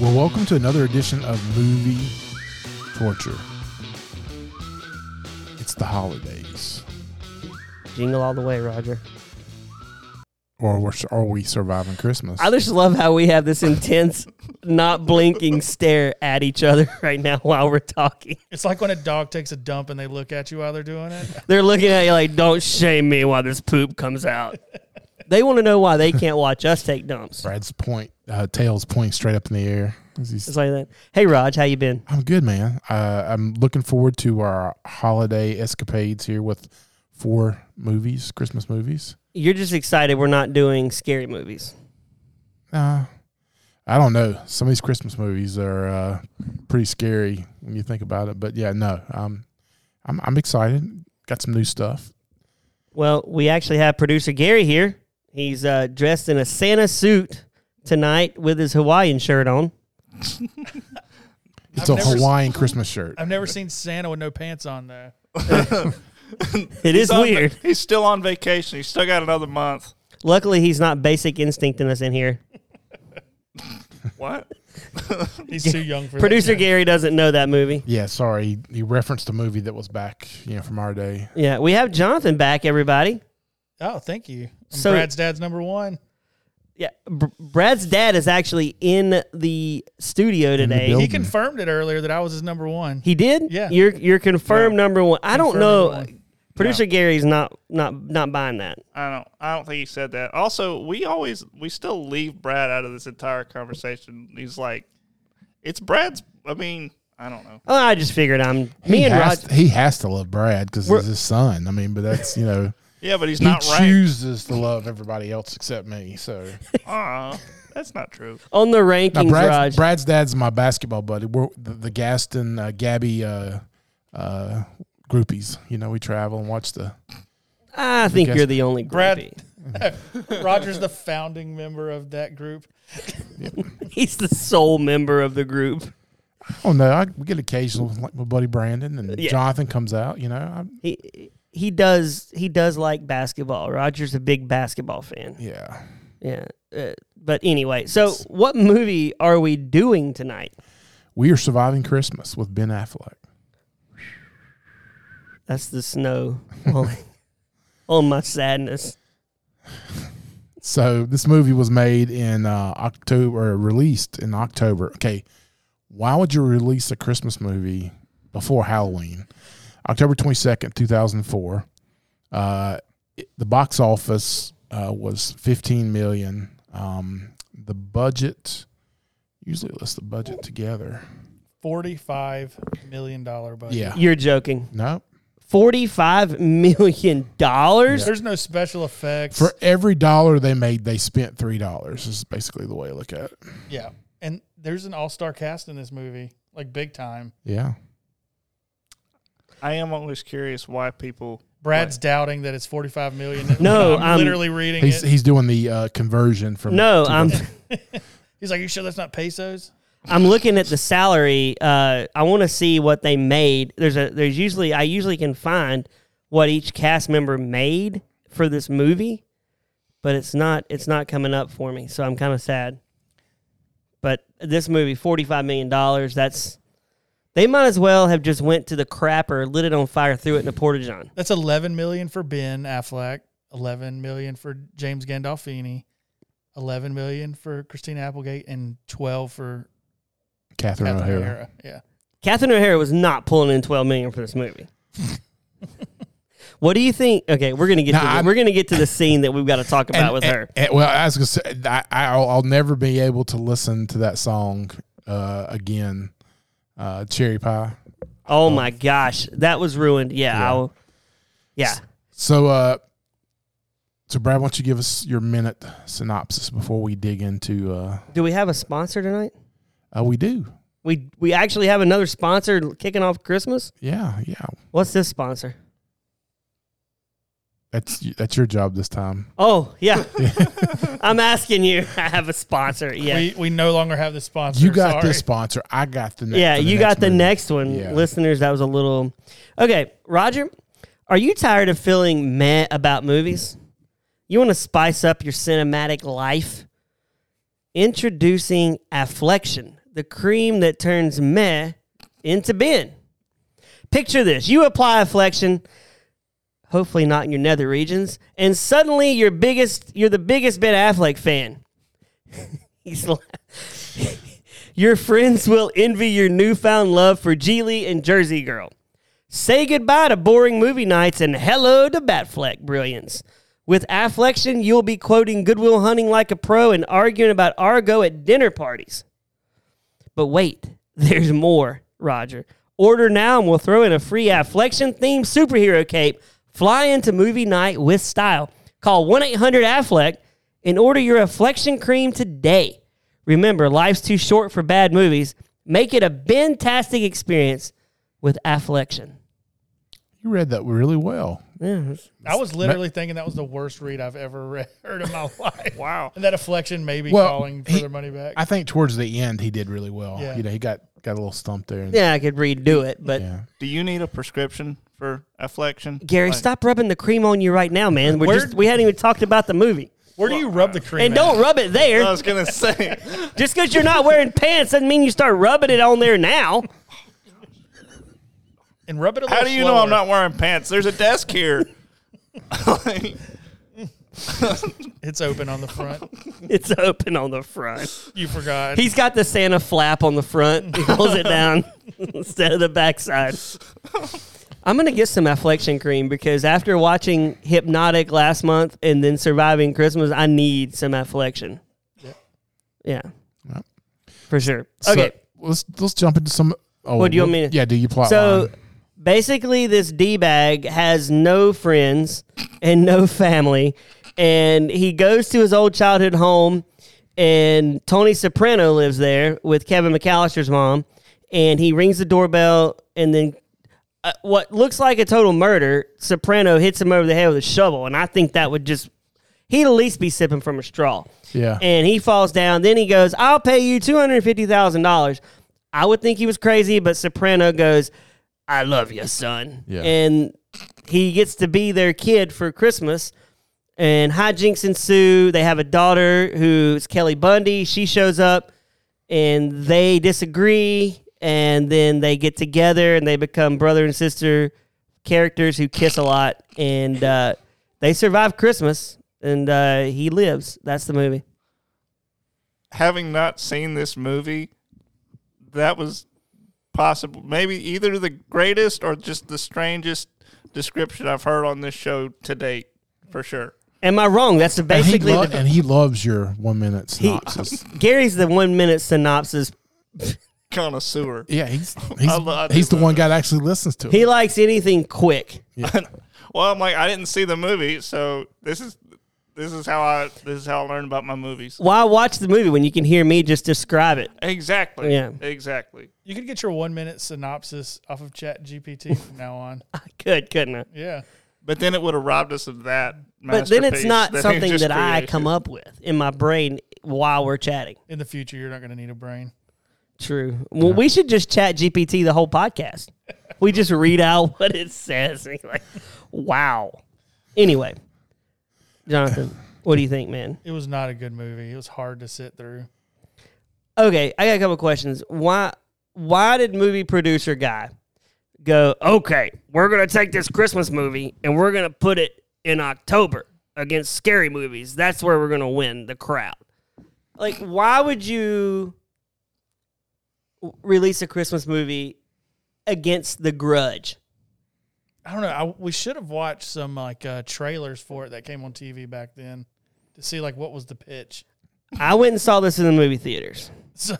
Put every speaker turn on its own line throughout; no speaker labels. Well, welcome to another edition of Movie Torture. It's the holidays,
Jingle all the way, Roger.
or we're, are we surviving Christmas?
I just love how we have this intense, not blinking stare at each other right now while we're talking.
It's like when a dog takes a dump and they look at you while they're doing it.
They're looking at you like, don't shame me while this poop comes out. They want to know why they can't watch us take dumps.
Brad's point, uh, tail's pointing straight up in the air. as he's-
It's like that. Hey, Raj, how you been?
I'm good, man. Uh, I'm looking forward to our holiday escapades here with four movies, Christmas movies.
You're just excited we're not doing scary movies.
Uh, I don't know. Some of these Christmas movies are uh, pretty scary when you think about it. But yeah, no, um, I'm I'm excited. Got some new stuff.
Well, we actually have producer Gary here. He's uh, dressed in a Santa suit tonight with his Hawaiian shirt on.
It's
I've
a
never s-
Hawaiian Christmas shirt.
I've never seen Santa with no pants on though.
It is
He's on va-
weird.
he's still on vacation. He's still got another month.
Luckily, he's not basic instincting us in here.
What?
He's too young for
Producer
that.
Gary doesn't know that movie.
Yeah, sorry. He, he referenced a movie that was back, you know, from our day.
Yeah, we have Jonathan back, everybody.
Oh, thank you. I'm
So-
Brad's dad's number one.
Yeah, Br- Brad's dad is actually in the studio
the
today.
building.
He confirmed it earlier that I was his number one.
he did.
Yeah.
you're you're confirmed number one. I don't
Confirmed
know.
number one.
Producer Gary's not not not buying that.
I don't. I don't think he said that. Also, we always we still leave Brad out of this entire conversation. He's like, it's Brad's. I mean, I don't know.
Oh, I just figured I'm
he
me and
has,
Rod.
he has to love Brad because
We're-
he's his son. I mean, but that's you know
Yeah, but he's
he
not right.
chooses to love everybody else except me. So
Aw, that's not true.
on the
now
rankings,
Brad's,
Raj.
Brad's dad's my basketball buddy. We're the, the Gaston uh, Gabby uh, uh, groupies. You know, we travel and watch the.
I think
guess-
you're the only
Brad-
groupie.
Roger's the founding member of that group.
He's the sole member of the group.
Oh no, I, we get occasional like my buddy Brandon and
Yeah.
Jonathan comes out. You know, I,
He he does he does like basketball. Roger's a big basketball fan.
yeah.
Yeah. Uh, but anyway, so what movie are we doing tonight?
We are surviving Christmas with Ben Affleck.
That's the snow falling on Oh, my sadness.
So this movie was made in uh, October, or released in October. Okay, why would you release a Christmas movie before Halloween? October twenty second, two thousand four. Uh, it- the box office uh, was fifteen million. Um, the budget usually lists the budget together.
Forty-five million dollar budget.
Yeah.
You're joking.
No.
Forty-five million dollars.
There's no special effects.
For every dollar they made, they spent three dollars. Is basically the way I look at it.
yeah, and there's an all-star cast in this movie, like big time.
Yeah.
I am always curious why people.
Brad's doubting that it's forty-five million.
No,
I'm
I'm-
literally reading
He's
it.
he's doing the uh, conversion from
No,
to the-
I'm
He's like, "You sure that's not pesos?"
I'm looking at the salary. Uh, I want to see what they made. There's a there's usually I usually can find what each cast member made for this movie, but it's not it's not coming up for me. So I'm kind of sad. But this movie, forty five million dollars. That's they might as well have just went to the crapper, lit it on fire, threw it in a porta john.
That's eleven million for Ben Affleck, eleven million for James Gandolfini, eleven million for Christina Applegate, and twelve for
Catherine
Catherine
O'Hara.
O'Hara. Yeah,
Catherine O'Hara was not pulling in twelve million for this movie. what do you think? Okay, we're gonna get
Nah,
to the,
I'm-
we're gonna get to the scene that we've got to talk about
And-
with
and-
her.
and- well, I was gonna say, I, I'll, I'll never be able to listen to that song uh, again. Uh, Cherry Pie.
Oh my gosh, that was ruined. Yeah,
Yeah.
yeah. I'll, yeah.
So, uh, so Brad, why don't you give us your minute synopsis before we dig into? Uh,
Do we have a sponsor tonight?
oh, we do.
We we actually have another sponsor kicking off Christmas.
Yeah, yeah.
What's this sponsor?
That's that's your job this time.
Oh yeah, I'm asking you. I have a sponsor. Yeah,
we we no longer have the sponsor.
You got
sorry.
this sponsor. I got the. Ne-
yeah.
for the
You
next
got the
movie.
next one,
Yeah.
listeners. That was a little okay. Roger, are you tired of feeling meh about movies? You want to spice up your cinematic life? Introducing Afflection, the cream that turns meh into Ben. Picture this you apply afflection, hopefully not in your nether regions, and suddenly you're, biggest, you're the biggest Ben Affleck fan. He's la- Your friends will envy your newfound love for Geely and Jersey Girl. Say goodbye to boring movie nights and hello to Batfleck brilliance. With afflection, you'll be quoting Goodwill Hunting like a pro and arguing about Argo at dinner parties. But wait, there's more, Roger. Order now and we'll throw in a free afflection themed superhero cape. Fly into movie night with style. Call 1 800 Affleck E and order your afflection cream today. Remember, life's too short for bad movies. Make it a bentastic experience with afflection.
You read that really well.
Yeah,
I was literally thinking that was the worst read I've ever read, heard in my life.
Wow.
And that afflection may be
Well,
calling for
he-
their money back.
I think towards the end he did really well.
Yeah.
You know, he got got a little stumped there. and-
yeah I could redo it, but
yeah.
Do you need a prescription for affliction?
Gary,
Like,
stop rubbing the cream on you right now, man. We're
Where-
just, we hadn't even talked about the movie.
Where do you rub the cream?
And
at?
don't rub it there.
I was gonna say.
Just because you're not wearing pants doesn't mean you start rubbing it on there now.
and rub it a little
How do you know I'm
slower.
not wearing pants? There's a desk here. Like,
It's open on the front.
It's open on the front.
You forgot.
He's got the Santa flap on the front. He pulls it down instead of the backside. I'm gonna get some affliction cream because after watching Hypnotic last month and then surviving Christmas, I need some affliction. Yeah.
Yep.
For sure.
So,
okay.
let's let's jump into some. Oh,
What do you want me to-
Yeah, do you plot?
So
line?
basically, this D bag has no friends and no family, and he goes to his old childhood home, and Tony Soprano lives there with Kevin McAllister's mom, and he rings the doorbell, and then. Uh, what looks like a total murder, Soprano hits him over the head with a shovel, and I think that would just—he'd at least be sipping from a straw
yeah,
and he falls down. Then he goes, "I'll pay you two hundred fifty thousand dollars." I would think he was crazy, but Soprano goes, "I love you, son,"
Yeah.
and he gets to be their kid for Christmas. And hijinks ensue. They have a daughter who's Kelly Bundy. She shows up, and they disagree, and then they get together and they become brother and sister characters who kiss a lot, and uh, they survive Christmas. And uh, he lives. That's the movie.
having not seen this movie, that was possible. Maybe either the greatest or just the strangest description I've heard on this show to date, for sure.
Am I wrong? That's the
and he,
basically.
lo-
the-
and he loves your one minute synopsis.
Gary's the one minute synopsis.
Connoisseur.
yeah, he's
I lo- I
he's,
do
he's the
love
one
it.
guy that actually listens to it.
He likes anything quick.
Well, I'm like, I didn't see the movie, so this is this is how I this is how I learned about my movies.
Why watch the movie when you can hear me just describe it?
Exactly.
Yeah.
Exactly.
you could get your one minute synopsis off of Chat GPT from now on.
I could, couldn't I?
Yeah.
But then it would have robbed us of that.
But then it's
masterpiece
not
he
something
just
that I
created.
come up with in my brain while we're chatting.
In the future, you're not going to need a brain.
True. Well, we should just chat GPT the whole podcast. We just read out what it says. And you're like, wow. Anyway, Jonathan, what do you think, man?
It was not a good movie. It was hard to sit through.
Okay, I got a couple questions. Why why did movie producer guy go, "Okay, we're going to take this Christmas movie and we're going to put it in October against scary movies. That's where we're going to win the crowd." Like why would you w- release a Christmas movie against The Grudge?
I don't know. I, we should have watched some like uh, trailers for it that came on TV back then to see like what was the pitch.
I went and saw this in the movie theaters.
So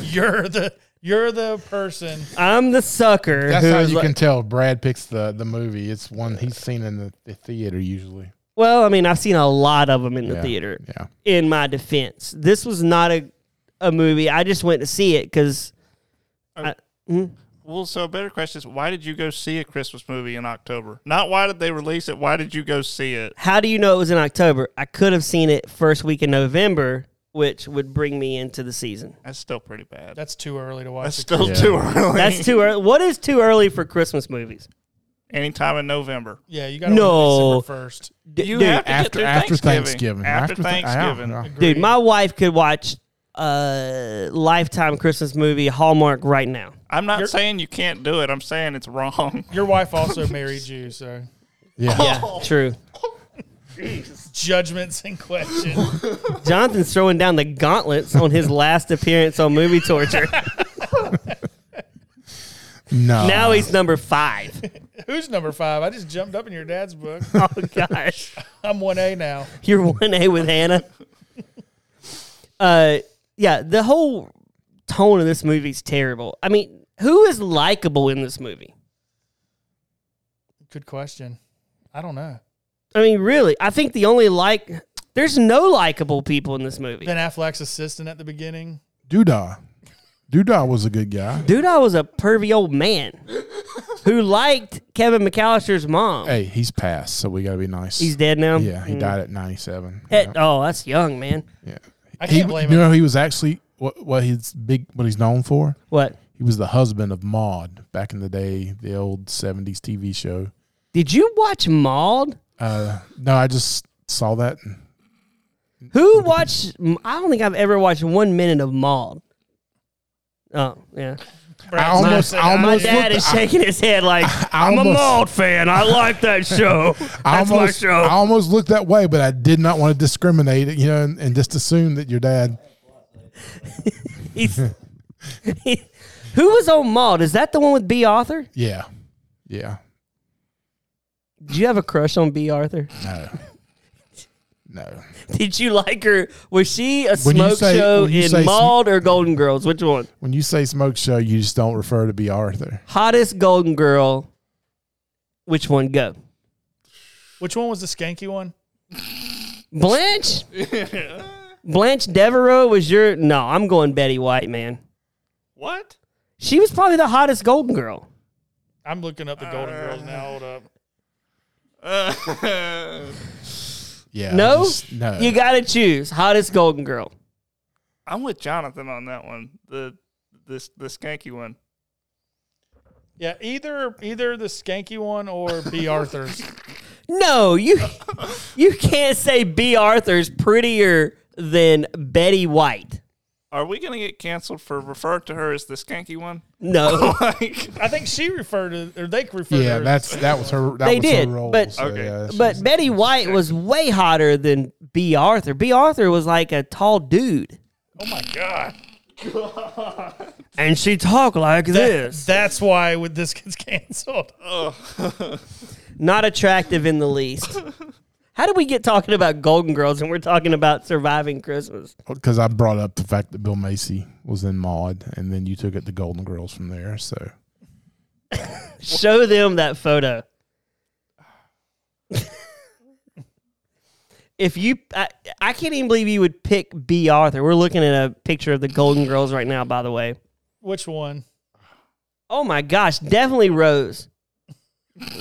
you're the you're the person.
I'm the sucker
That's
who
how
is
you
like-
can tell Brad picks the, the movie. It's one he's seen in the, the theater usually.
Well, I mean, I've seen a lot of them in the
Yeah,
theater.
yeah.
In my defense, this was not a a movie. I just went to see it because
Well, so a better question is why did you go see a Christmas movie in October? Not why did they release it, why did you go see it?
how do you know it was in October? I could have seen it first week in November, which would bring me into the season.
That's still pretty bad.
That's too early to watch.
That's
the
still
Yeah.
too early.
That's too early. What is too early for Christmas movies?
anytime in November.
Yeah, you got to
No.
December first.
D-
You
dude,
have to get
after
through
after
Thanksgiving.
Thanksgiving.
After
Thank- yeah,
Thanksgiving.
yeah.
dude, my wife could watch uh, lifetime Christmas movie Hallmark right now.
I'm not
You're-
saying you can't do it. I'm saying it's wrong.
Your wife also married you, so
Yeah.
True.
judgments in question.
Jonathan's throwing down the gauntlets on his last appearance on Movie Torture.
No.
now he's number five.
Who's number five? I just jumped up in your dad's book.
Oh gosh.
I'm one A now.
You're one A with Hannah. Uh, yeah, the whole tone of this movie's terrible. I mean, who is likable in this movie?
Good question. I don't know.
I mean, really, I think the only like there's no likable people in this movie.
Ben Affleck's assistant at the beginning.
Doodah. Doodah was a good guy.
Dude, I was a pervy old man who liked Kevin McAllister's mom.
Hey, he's passed, so we gotta be nice.
He's Mm-hmm. dead now.
yeah, he died at 97.
Eh, Oh, that's young, man.
yeah.
I
He,
can't
you
blame him.
know, he was actually what, what his big, what he's known for?
What?
He was the husband of Maude back in the day, the old 70s TV show.
Did you watch Maud?
Uh, no, I just saw that. and-
Who watched? I don't think I've ever watched one minute of Maud. Oh yeah,
I almost, I
My
my
almost,
dad
looked,
is shaking his head like
I
I'm a
almost-
Maud fan. I like that show. That's
I
my
almost,
show.
I almost looked that way, but I did not want to discriminate, you know, and, and just assume that your dad.
He's, who was on Maud? Is that the one with B. Arthur?
Yeah, yeah,
Did you have a crush on B. Arthur?
no, no.
Did you like her? Was she a
When you
smoke
say-
show
when you
in
say sm-
Maud or Golden Girls? Which one?
When you say smoke show, you just don't refer to B. Arthur.
Hottest Golden Girl. Which one? Go.
Which one was the skanky one?
Blanche. Blanche Devereaux was your. No, I'm going Betty White, man.
What?
She was probably the hottest Golden Girl.
I'm looking up the Golden Girls now. Hold up.
Uh,
Yeah,
No,
just- no.
You got to choose hottest Golden Girl.
I'm with Jonathan on that one. The this the skanky one.
Yeah, either either the skanky one or B. Arthur's.
No, you you can't say B. Arthur's prettier than Betty White.
Are we gonna get canceled for referring to her as the skanky one?
No,
like,
I think she referred to, or they referred to
yeah,
her.
that's that was her. That
They
was
did,
her role,
but-
so,
Okay.
yeah, she
but
was-
Betty White was way hotter than B. Arthur. B. Arthur was like a tall dude,
oh my god.
and she talked like
That- that's why with this gets canceled.
Not attractive in the least. How did we get talking about Golden Girls and we're talking about surviving Christmas?
because I brought up the fact that Bill Macy was in Maud, and then you took it to Golden Girls from there. So
Show them that photo. if you, I, I can't even believe you would pick B. Arthur. We're looking at a picture of the Golden Girls right now, by the way.
Which one?
Oh my gosh, definitely Rose.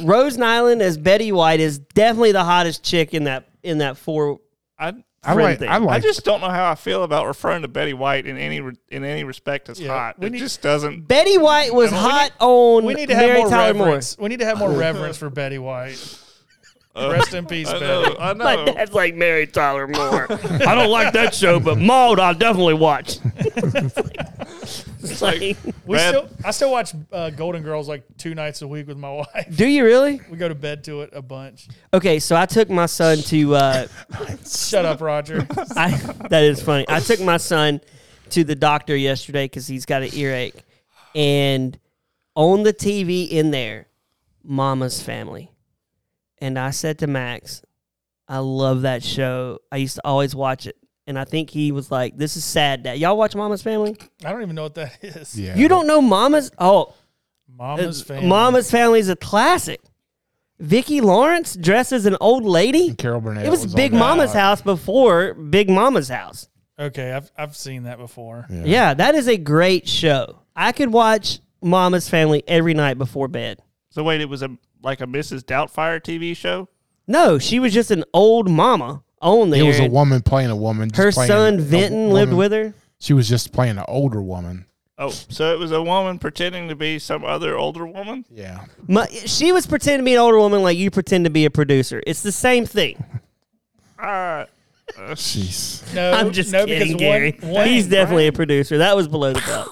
Rose Nyland as Betty White is definitely the hottest chick in that in that four.
I
I
Friend
like,
thing.
I
I
like,
just don't know how I feel about referring to Betty White in any re- in any respect as
Yeah,
hot.
we
It
need-
just doesn't.
Betty White was
we
hot on
We need to have
Mary
more
Tyler Moore.
reverence. We need to have more reverence for Betty White.
Uh,
Rest in peace,
I
Betty.
know. I
My
know.
dad's like Mary Tyler Moore. I don't like that show, but Maud I definitely watch. It's like- it's like-
We
Brad-
still, I still watch uh, Golden Girls like two nights a week with my wife.
do you really?
We go to bed to it a bunch.
Okay, so I took my son to. Uh,
Shut up, Roger.
I, that is funny. I took my son to the doctor yesterday because he's got an earache, and on the TV in there, Mama's Family, and I said to Max, "I love that show. I used to always watch it." And I think he was like, "This is sad, Dad. Y'all watch Mama's Family?
I don't even know what that is.
yeah,
You don't know Mama's? Oh,
Mama's family.
Mama's Family is a classic. Vicky Lawrence dressed as an old lady.
Carol Burnett.
It was,
on
Big
that.
Mama's house before Big Mama's house.
Okay, I've I've seen that before.
Yeah. that is a great show. I could watch Mama's Family every night before bed.
So wait, it was a like a Mrs. Doubtfire TV show.
No, she was just an old mama on there.
It was a woman playing a woman. just
her
playing
son
a
Vinton
woman.
lived with her.
She was just playing an older woman.
Oh, so it was a woman pretending to be some other older woman.
Yeah,
My, she was pretending to be an older woman, like you pretend to be a producer. It's the same thing.
Uh,
Jeez.
No,
I'm just
no, because
kidding,
one-
Gary.
one-
He's definitely a producer. That was below the belt.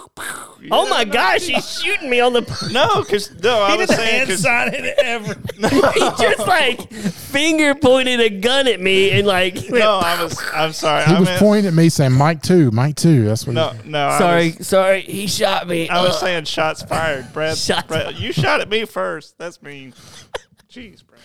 oh my gosh, he's shooting me on the.
No, because no, I
He
was
did the
saying
hand
'cause-
sign and everything.
he just like finger pointed a gun at me and like.
no, I was. I'm sorry.
He
I
was
meant,
pointing at me saying, Mike, too. Mike, too. That's what
No,
he,
no. I
sorry,
was-
sorry, he shot me.
I was
Ugh.
saying shots fired, Brad.
Shots
Brad you shot at me first. That's mean. Jeez, Brad.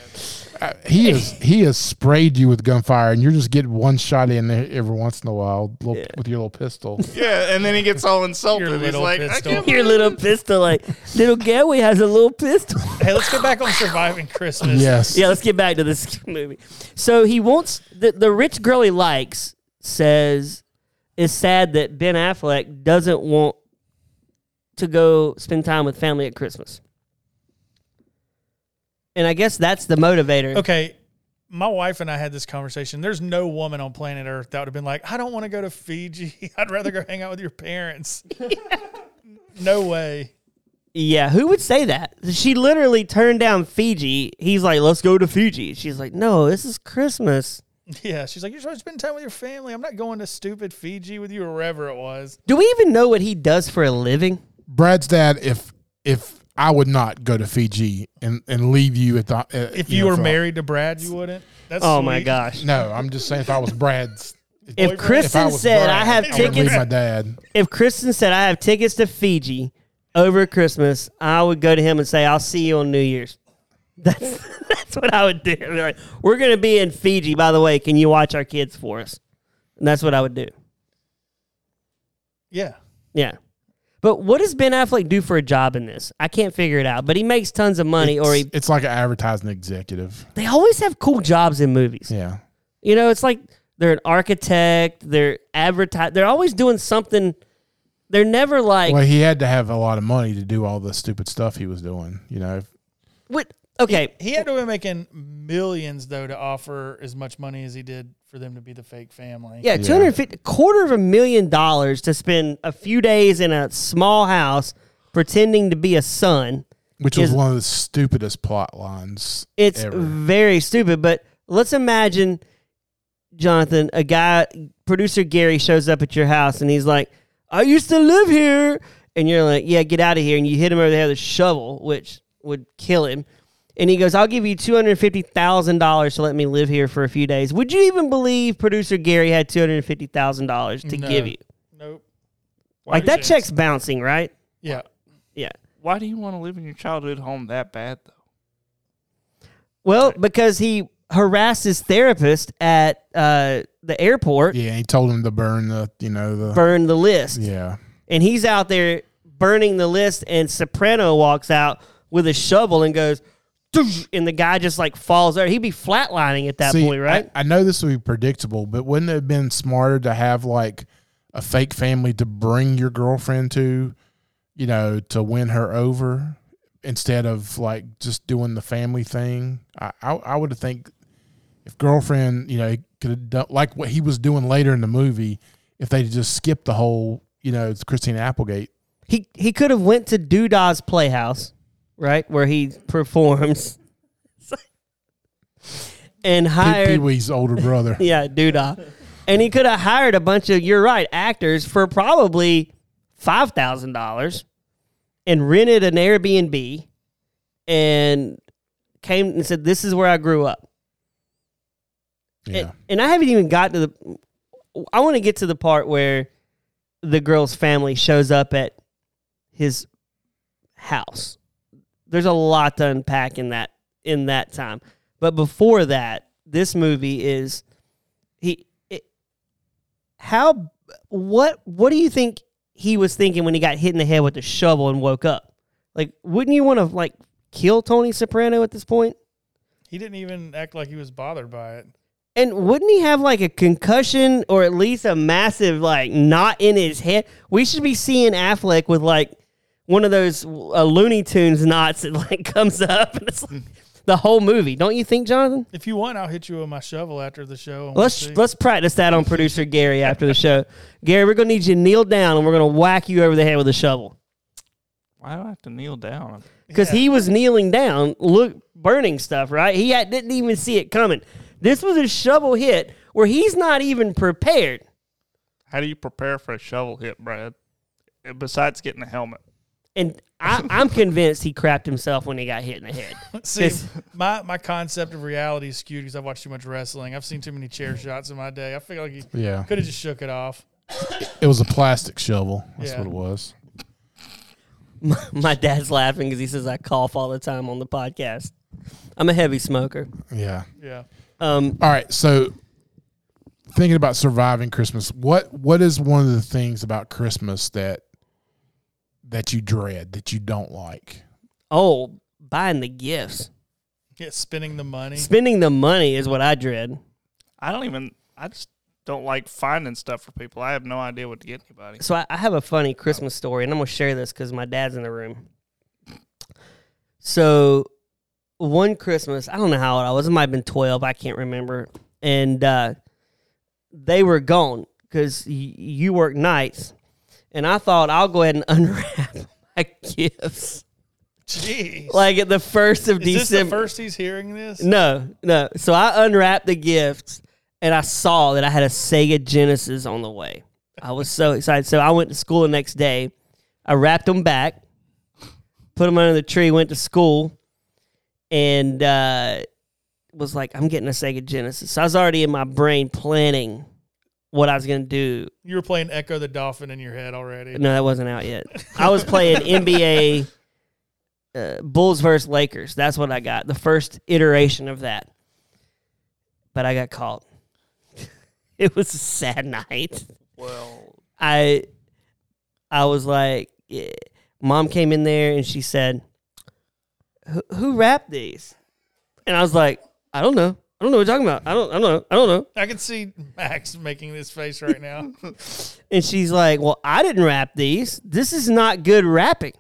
Uh, he is he has sprayed you with gunfire and you're just getting one shot in there every once in a while little, with your little pistol.
Yeah, and then he gets all
Your
insulted. He's
little
like, I
pistol.
can't
your little pistol, like little Gary has a little pistol.
Hey, let's get back on surviving Christmas.
yes.
yeah, let's get back to this movie. So he wants the the rich girl he likes says is sad that Ben Affleck doesn't want to go spend time with family at Christmas. And I guess that's the motivator.
Okay. My wife and I had this conversation. There's no woman on planet Earth that would have been like, I don't want to go to Fiji. I'd rather go hang out with your parents. no way.
Yeah, who would say that? She literally turned down Fiji. He's like, "Let's go to Fiji." She's like, "No, this is Christmas."
Yeah. She's like, You're supposed to spend time with your family. I'm not going to stupid Fiji with you or wherever it was.
Do we even know what he does for a living?
Brad's dad, if if I would not go to Fiji and, and leave you at the uh,
If you
know,
were
for-
married to Brad, you wouldn't. That's
Oh my
sweet.
gosh.
No, I'm just saying if I was Brad's
If
Boyfriend?
Kristen
was
said
Brad,
I have
I would leave
tickets
my dad.
if Kristen said I have tickets to Fiji over Christmas, I would go to him and say, "I'll see you on New Year's." That's that's what I would do. I'd be like, We're gonna be in Fiji, by the way. Can you watch our kids for us? And that's what I would do.
Yeah.
Yeah. But what does Ben Affleck do for a job in this? I can't figure it out. But he makes tons of money,
It's,
or he,
it's like an advertising executive.
they always have cool jobs in movies.
Yeah.
You know, it's like they're an architect, they're advertise, they're always doing something. They're never like,
Well, he had to have a lot of money to do all the stupid stuff he was doing. You know,
what? Okay,
He had to be making millions, though, to offer as much money as he did for them to be the fake family.
Yeah, two hundred fifty quarter of a million dollars to spend a few days in a small house pretending to be a son.
which was
Is-
one of the stupidest plot lines.
It's
Ever.
very stupid. But let's imagine, Jonathan, a guy producer Gary shows up at your house and he's like, "I used to live here," and you're like, "Yeah, get out of here!" And you hit him over the head with a shovel, which would kill him. And he goes, "I'll give you two hundred fifty thousand dollars to let me live here for a few days." Would you even believe producer Gary had two hundred fifty thousand dollars to
No.
give you?
Nope.
like that check's bouncing, right?
Yeah.
Yeah.
Why do you want to live in your childhood home that bad though?
Well, because he harassed his therapist at uh, the airport,
Yeah, he told him to burn the, you know, the.
burned the list,
Yeah.
and he's out there burning the list, and Soprano walks out with a shovel and goes, "Doosh," and the guy just like falls over. He'd be flatlining at that
See,
point, right?
I, I know this would be predictable, but wouldn't it have been smarter to have like a fake family to bring your girlfriend to, you know, to win her over instead of like just doing the family thing? I I, I would think if girlfriend, you know, could have done like what he was doing later in the movie, if they just skipped the whole, you know, Christina Applegate.
he he could have went to Doodah's Playhouse, right, where he performs, and
Pee- Pee
hired
Wee's older brother.
yeah, doodah. And he could have hired a bunch of you're right actors for probably five thousand dollars, and rented an Airbnb, and came and said, "This is where I grew up."
Yeah.
And, and I haven't even got to the. I want to get to the part where the girl's family shows up at his house. There's a lot to unpack in that in that time. But before that, this movie is he it, how what what do you think he was thinking when he got hit in the head with the shovel and woke up? Like wouldn't you want to like kill Tony Soprano at this point?
He didn't even act like he was bothered by it.
And wouldn't he have like a concussion or at least a massive like knot in his head? We should be seeing Affleck with like one of those uh, Looney Tunes knots that like comes up and it's like the whole movie. Don't you think, Jonathan?
If you want, I'll hit you with my shovel after the show. and we'll
Let's
see.
let's practice that on producer Gary after the show. Gary, we're gonna need you to kneel down and we're gonna whack you over the head with a shovel
Why do I have to kneel down?
because
Yeah.
he was kneeling down, look burning stuff. Right? He had, didn't even see it coming. This was a shovel hit where he's not even prepared.
How do you prepare for a shovel hit, Brad? And Besides getting a helmet.
And I, I'm convinced he crapped himself when he got hit in the head.
See,
It's-
my, my concept of reality is skewed because I've watched too much wrestling. I've seen too many chair shots in my day. I feel like he
Yeah.
could have just shook it off.
It was a plastic shovel. That's
Yeah.
what it was.
My dad's laughing because he says I cough all the time on the podcast. I'm a heavy smoker.
Yeah.
Yeah.
Um,
All right. So thinking about surviving Christmas, what what is one of the things about Christmas that that you dread, that you don't like?
oh, buying the gifts,
Yeah, spending the money.
spending the money is what I dread.
I don't even. I just don't like finding stuff for people. I have no idea what to get anybody.
So I, I have a funny Christmas story, and I'm gonna share this because my dad's in the room. So one Christmas, I don't know how old I was. It might have been 12. I can't remember. And uh, they were gone because y- you work nights, and I thought I'll go ahead and unwrap my gifts.
Jeez.
like at the first of
is this the
December.
first he's hearing this?
No, no. So I unwrapped the gifts and I saw that I had a Sega Genesis on the way. I was so excited. So I went to school the next day. I wrapped them back, put them under the tree, went to school, and uh, was like, I'm getting a Sega Genesis. So I was already in my brain planning what I was going to do.
You were playing Echo the Dolphin in your head already.
No, that wasn't out yet. I was playing NBA uh, Bulls versus Lakers. That's what I got. The first iteration of that. But I got caught. it was a sad night.
Well,
I I was like eh, mom came in there and she said who, who wrapped these? And I was like, I don't know. I don't know what you're talking about. I don't I don't know. I don't know.
I can see Max making this face right now.
And she's like, Well, I didn't wrap these. This is not good wrapping.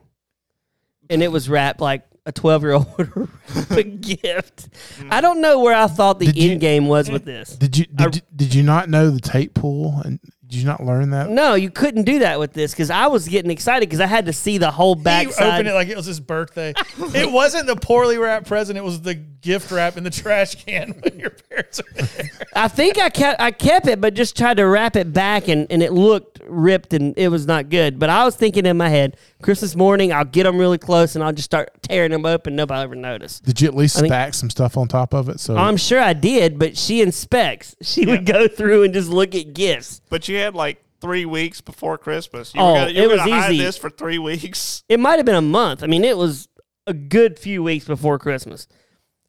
And it was wrapped like a 12 year old would wrap a gift. I don't know where I thought the
Did you-
end game was with this.
Did you did, you, did you not know the tape pool and did you not learn that?
No, you couldn't do that with this because I was getting excited because I had to see the whole
He
backside.
opened it like it was his birthday. it wasn't the poorly wrapped present. It was the gift wrap in the trash can when your parents were there.
I think I kept I kept it, but just tried to wrap it back, and, and it looked ripped, and it was not good. But I was thinking in my head, Christmas morning, I'll get them really close, and I'll just start tearing them open. Nobody ever noticed.
Did you at least
I think-
stack some stuff on top of it? So
I'm sure I did, but she inspects. She would go through and just look at gifts.
but you had like three weeks before Christmas. You
Oh,
were gonna, you
it
were
was
gonna hide
easy.
this for three weeks.
It might have been a month. I mean, it was a good few weeks before Christmas.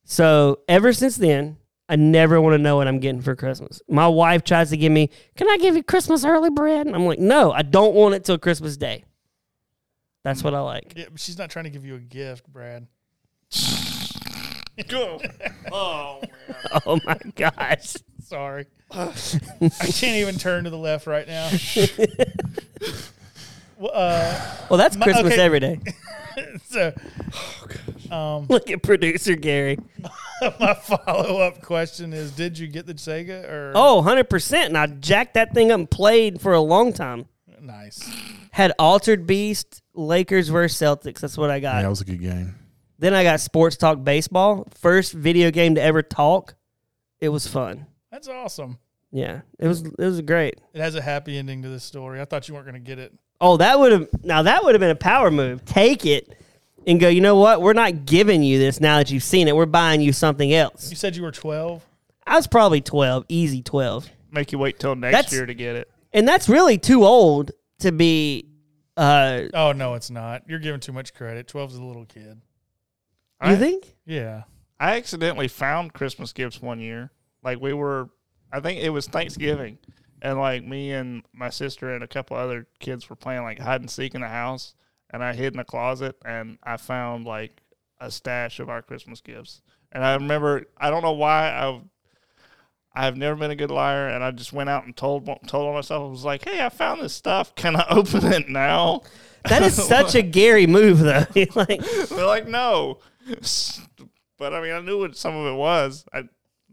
So ever since then, I never want to know what I'm getting for Christmas. My wife tries to give me, "Can I give you Christmas early bread?" And I'm like, "No, I don't want it till Christmas Day." That's what I like.
Yeah, but she's not trying to give you a gift, Brad.
Oh,
Oh my gosh!
Sorry. I can't even turn to the left right now. Well, uh,
Well, that's
My-
Christmas
okay.
every day.
so
Look at producer Gary.
my follow up question is Did you get the Sega? Or
Oh, 100 percent. And I jacked that thing up and played for a long time.
Nice.
Had altered beast Lakers versus Celtics. That's what I got.
yeah, that was a good game.
Then I got Sports Talk Baseball, first video game to ever talk. It was fun.
That's awesome.
Yeah, it was it was great.
It has a happy ending to this story. I thought you weren't going to get it.
Oh, that would have now that would have been a power move. Take it and go. You know what? We're not giving you this now that you've seen it. We're buying you something else.
You said you were 12.
I was probably twelve, easy twelve,
Make you wait till next
That's-
year to get it.
and that's really too old to be. Uh,
Oh, no, it's not. You're giving too much credit. 12's a little
you
kid.
I-
think?
Yeah.
I accidentally found Christmas gifts one year. Like we were, I think it was Thanksgiving, and like me and my sister and a couple other kids were playing like hide and seek in the house, and I hid in a closet and I found like a stash of our Christmas gifts. And I remember, I don't know why I. I've never been a good liar, and I just went out and told told on myself. I was like, "Hey, I found this stuff. Can I open it now?"
That is such a Gary move, though. like,
They're like, no. But I mean, I knew what some of it was. I,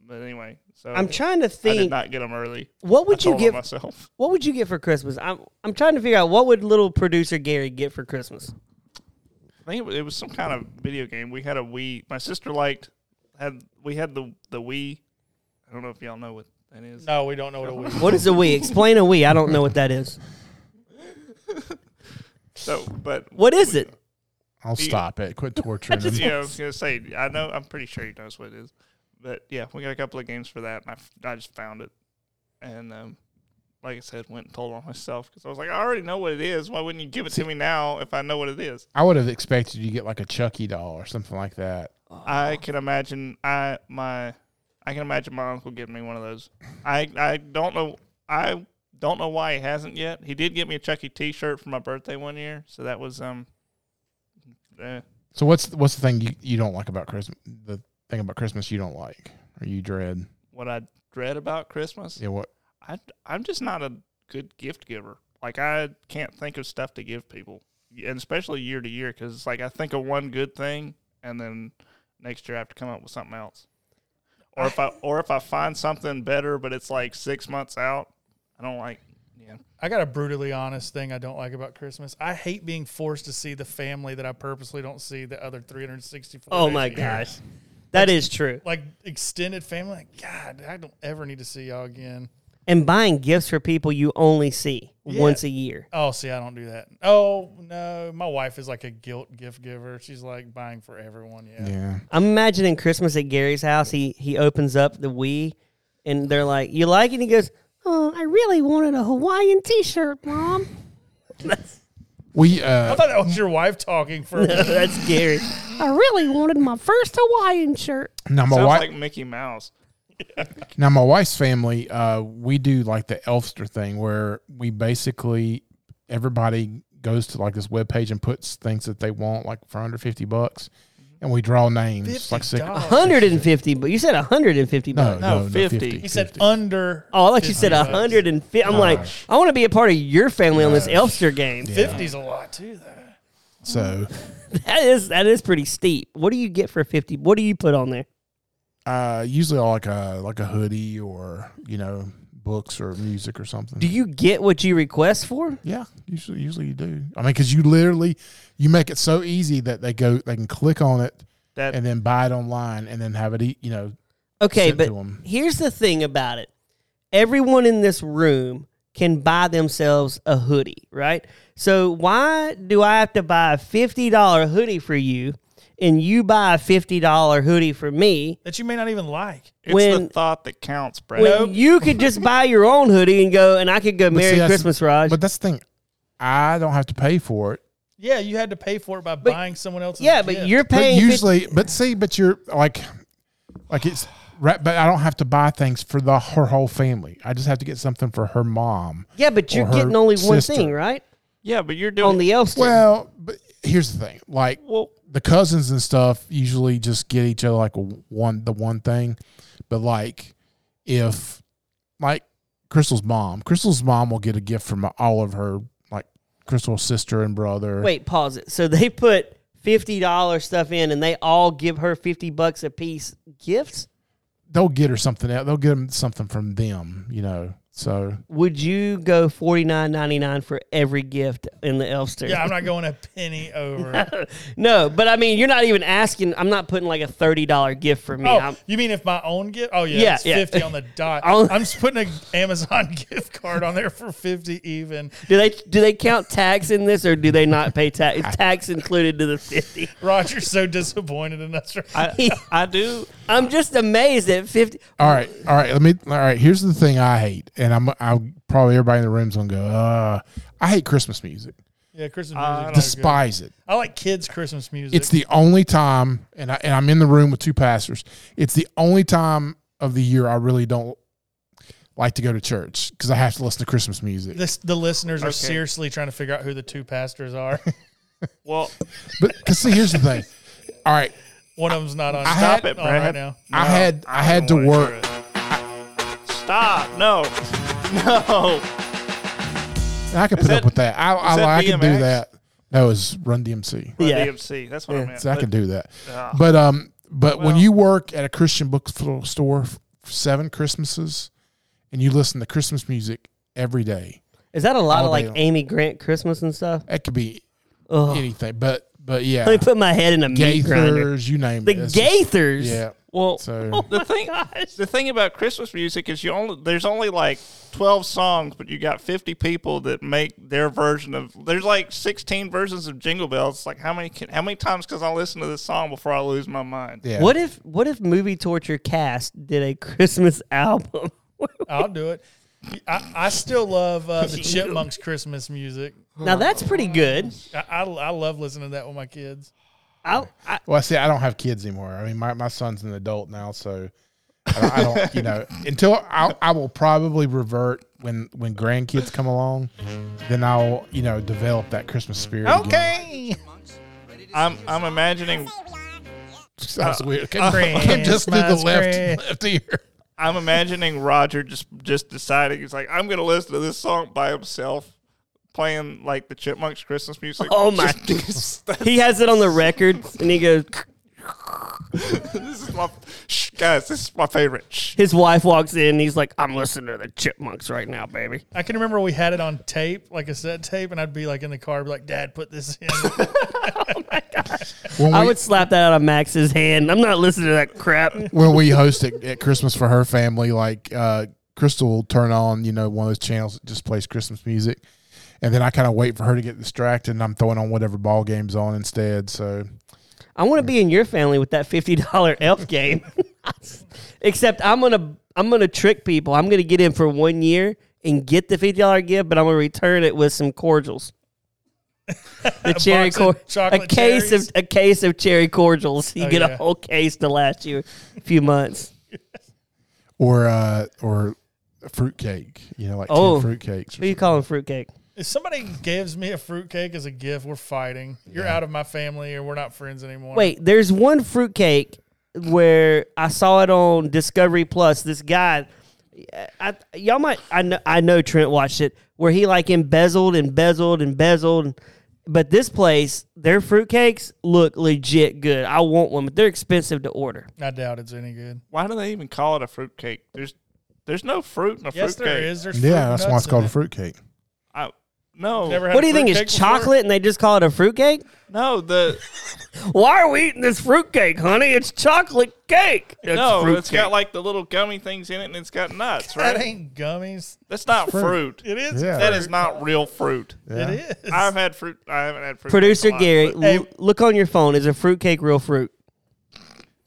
but anyway, so
I'm trying to
I did
think.
not get them early.
What would
I
you
told on
give?
myself?
What would you get for Christmas? I'm I'm trying to figure out what would little producer Gary get for Christmas.
I think it was, it was some kind of video game. We had a Wii. My sister liked had we had the the Wii I don't know if y'all know what that is.
No, we don't know what a week.
What is a we? Explain a we. I don't know what that is.
So, but
What is it?
I'll
The-
stop it. Quit torturing them.
yeah, I was gonna say. I know. I'm pretty sure he knows what it is. But yeah, we got a couple of games for that, and I, f- I just found it, and um, like I said, went and told on myself because I was like, I already know what it is. Why wouldn't you give it to me now if I know what it is?
I would have expected you to get like a Chucky doll or something like that.
I can imagine. I my, I can imagine my uncle giving me one of those. I I don't know. I don't know why he hasn't yet. He did get me a Chucky T-shirt for my birthday one year, so that was um. eh.
So what's what's the thing you, you don't like about Christmas? The thing about Christmas you don't like or you dread?
what I dread about Christmas.
Yeah, what?
I I'm just not a good gift giver. Like I can't think of stuff to give people, and especially year to year, because it's like I think of one good thing, and then next year I have to come up with something else. Or if I or if I find something better, but it's like six months out, I don't like. Yeah,
I got a brutally honest thing I don't like about Christmas. I hate being forced to see the family that I purposely don't see the other 364.
Oh
days
my
a year.
gosh, that is true.
Like extended family, like God, I don't ever need to see y'all again.
And buying gifts for people you only see
Yeah.
once a year.
Oh, see, I don't do that. Oh no, my wife is like a guilt gift giver. She's like buying for everyone. Yeah,
Yeah.
I'm imagining Christmas at Gary's house. He he opens up the Wii, and they're like, "You like?" it?" And he goes,
Uh,
"Oh, I really wanted a Hawaiian T-shirt, Mom." that's,
We
I
uh
thought that was your wife talking for. a
no,
minute.
that's Gary.
I really wanted my first Hawaiian shirt.
now my
sounds
wife
like Mickey Mouse.
now my wife's family uh we do like the Elfster thing where we basically everybody goes to like this webpage and puts things that they want like for under 50 bucks and we draw names like six,
$50.
Uh-huh. 150, but you said 150
no,
bucks.
no,
No,
no,
50.
50.
He said uh, under.
Oh, I thought you
50
said
bucks.
150. I'm like,
Gosh.
I want to be a part of your family on this Elster game.
50's a lot too, though.
So
That is that is pretty steep. What do you get for 50? What do you put on there?
uh usually like a like a hoodie or you know books or music or something.
Do you get what you request for?
Yeah, usually usually you do. I mean, because you literally you make it so easy that they go they can click on it
That
and then buy it online and then have it eat. You know,
Okay,
Sent
but
to 'em.
here's the thing about it. Everyone in this room can buy themselves a hoodie, right? So why do I have to buy a $50 hoodie for you and you buy a $50 hoodie for me
That you may not even like.
it's
when-
the thought that counts, Brad.
when you could just buy your own hoodie and go and I could go
But see,
Merry
that's-
Christmas, Raj.
But that's the thing, I don't have to pay for it.
Yeah, you had to pay for it by buying someone else's.
yeah, but
gift.
you're
But
paying 50
usually, but see, but you're like, like it's right. But I don't have to buy things for the her whole family. I just have to get something for her mom.
Yeah, but you're
her
getting only one
sister.
thing, right?
yeah, but you're doing
On the Elster.
Well, but here's the thing, like.
well.
the cousins and stuff usually just get each other like one the one thing, but like if like Crystal's mom, Crystal's mom will get a gift from all of her like Crystal's sister and brother.
Wait, pause it. So they put fifty dollar stuff in, and they all give her fifty bucks a piece gifts.
they'll get her something else. They'll get 'em something from them, you know. So
Would you go forty nine ninety nine for every gift in the Elster?
Yeah, I'm not going a penny over.
no, but I mean, you're not even asking. I'm not putting like a thirty dollar gift for me.
Oh,
I'm,
you mean if my own gift? Oh yeah,
Yeah,
it's
yeah.
fifty on the dot.
I'll-
I'm just putting an Amazon gift card on there for fifty even.
do they do they count tax in this, or do they not pay tax? Is tax included to the fifty?
Roger's so disappointed in us. right now.
I, I do.
I'm just amazed at fifty.
all right, all right. Let me. All right. Here's the thing I hate, and I'm I'm probably everybody in the room's gonna go. Uh, I hate Christmas music.
Yeah, Christmas music. is not Oh, good.
Despise it.
I like kids' Christmas music.
It's the only time, and I and I'm in the room with two pastors. It's the only time of the year I really don't like to go to church because I have to listen to Christmas music.
This- the listeners are
Okay.
seriously trying to figure out who the two pastors are.
Well,
But because see, here's the thing. All right,
One of them's not on. Oh,
had-
Stop
Oh,
it, Brad. right now.
I had I had to
don't wanna
work.
hear it. Stop! No, no.
And I could put
that-
up with that. I I,
is that
I can do
DMX?
that. That was Run DMC.
Run
Yeah.
DMC. That's what I meant.
So I
But-
can do that.
Ah.
But um, but when
Well-
you work at a Christian bookstore for seven Christmases, and you listen to Christmas music every day,
Is that a lot
All
of
day
like
long.
Amy Grant Christmas and stuff?
that could be
Ugh.
anything. But But yeah,
Let me put my head in a meat grinder.
Gaithers, you name
The
it. It's just-
Gaithers.
yeah.
Well,
So
the thing the thing about Christmas music is you only there's only like 12 songs, but you got 50 people that make their version of. There's like 16 versions of Jingle Bells. It's like how many can, how many times can I listen to this song before I lose my mind?
yeah.
What if what if movie torture cast did a Christmas album?
I'll do it. I, I still love uh, the Chipmunks Christmas music.
now that's pretty good.
I, I, I love listening to that with my kids.
I, I
Well, see, I don't have kids anymore. I mean, my, my son's an adult now, so I don't, I don't you know, until I, I will probably revert when when grandkids come along, then I'll, you know, develop that Christmas spirit. again.
Okay. I'm I'm imagining
Sounds weird. Came,
Christmas,
came just through the left,
Christ-
left ear.
I'm imagining Roger just just deciding he's like I'm gonna listen to this song by himself, playing like the Chipmunks Christmas music.
Oh my! he has it on the record, and he goes.
this is my shh, guys. This is my favorite. Shh.
His wife walks in, and he's like, "I'm listening to the Chipmunks right now, baby."
I can remember we had it on tape, like a set tape, and I'd be like in the car, be like, "Dad, put this in."
When we,
I would slap that out of Max's hand. I'm not listening to that crap.
when we host it at Christmas for her family, like uh, Crystal will turn on, you know, one of those channels that just plays Christmas music. And then I kind of wait for her to get distracted, and I'm throwing on whatever ball game's on instead. So
I want to be in your family with that fifty dollar elf game. Except I'm gonna I'm gonna trick people. I'm gonna get in for one year and get the fifty dollar gift, but I'm gonna return it with some cordials. The cherry
box of
cordial, a
chocolate
case
cherries?
of a case of cherry cordials. You
Oh,
get a
yeah.
whole case to last you a few months.
or uh, or fruitcake, you know, like
Oh.
oh, fruitcakes.
Who you calling fruitcake?
if somebody gives me a fruitcake as a gift, we're fighting. You're out of my family, or we're not friends anymore.
Wait, there's one fruitcake where I saw it on Discovery Plus. This guy, I, y'all might I know I know Trent watched it where he like embezzled, embezzled, embezzled. But this place, their fruitcakes look legit good. I want one, but they're expensive to order.
I doubt it's any good.
Why do they even call it a fruitcake? There's there's no fruit in a
Yes,
fruitcake.
there is. There's fruit
Yeah, that's why
nuts
it's called a
in it.
fruitcake.
I, no,
Never had
What
a
do you think?
fruitcake
It's
before?
chocolate and they just call it a fruitcake?
no. The
Why are we eating this fruitcake, honey? It's chocolate cake. It's
no, it's
fruitcake.
got like the little gummy things in it, and it's got nuts,
That
right?
ain't gummies.
That's not fruit.
It is.
Yeah.
That is not real fruit.
Yeah.
It is.
I've had fruit. I haven't had fruit.
Producer
in a lot,
Gary,
but-
l- look on your phone. Is a fruitcake real fruit?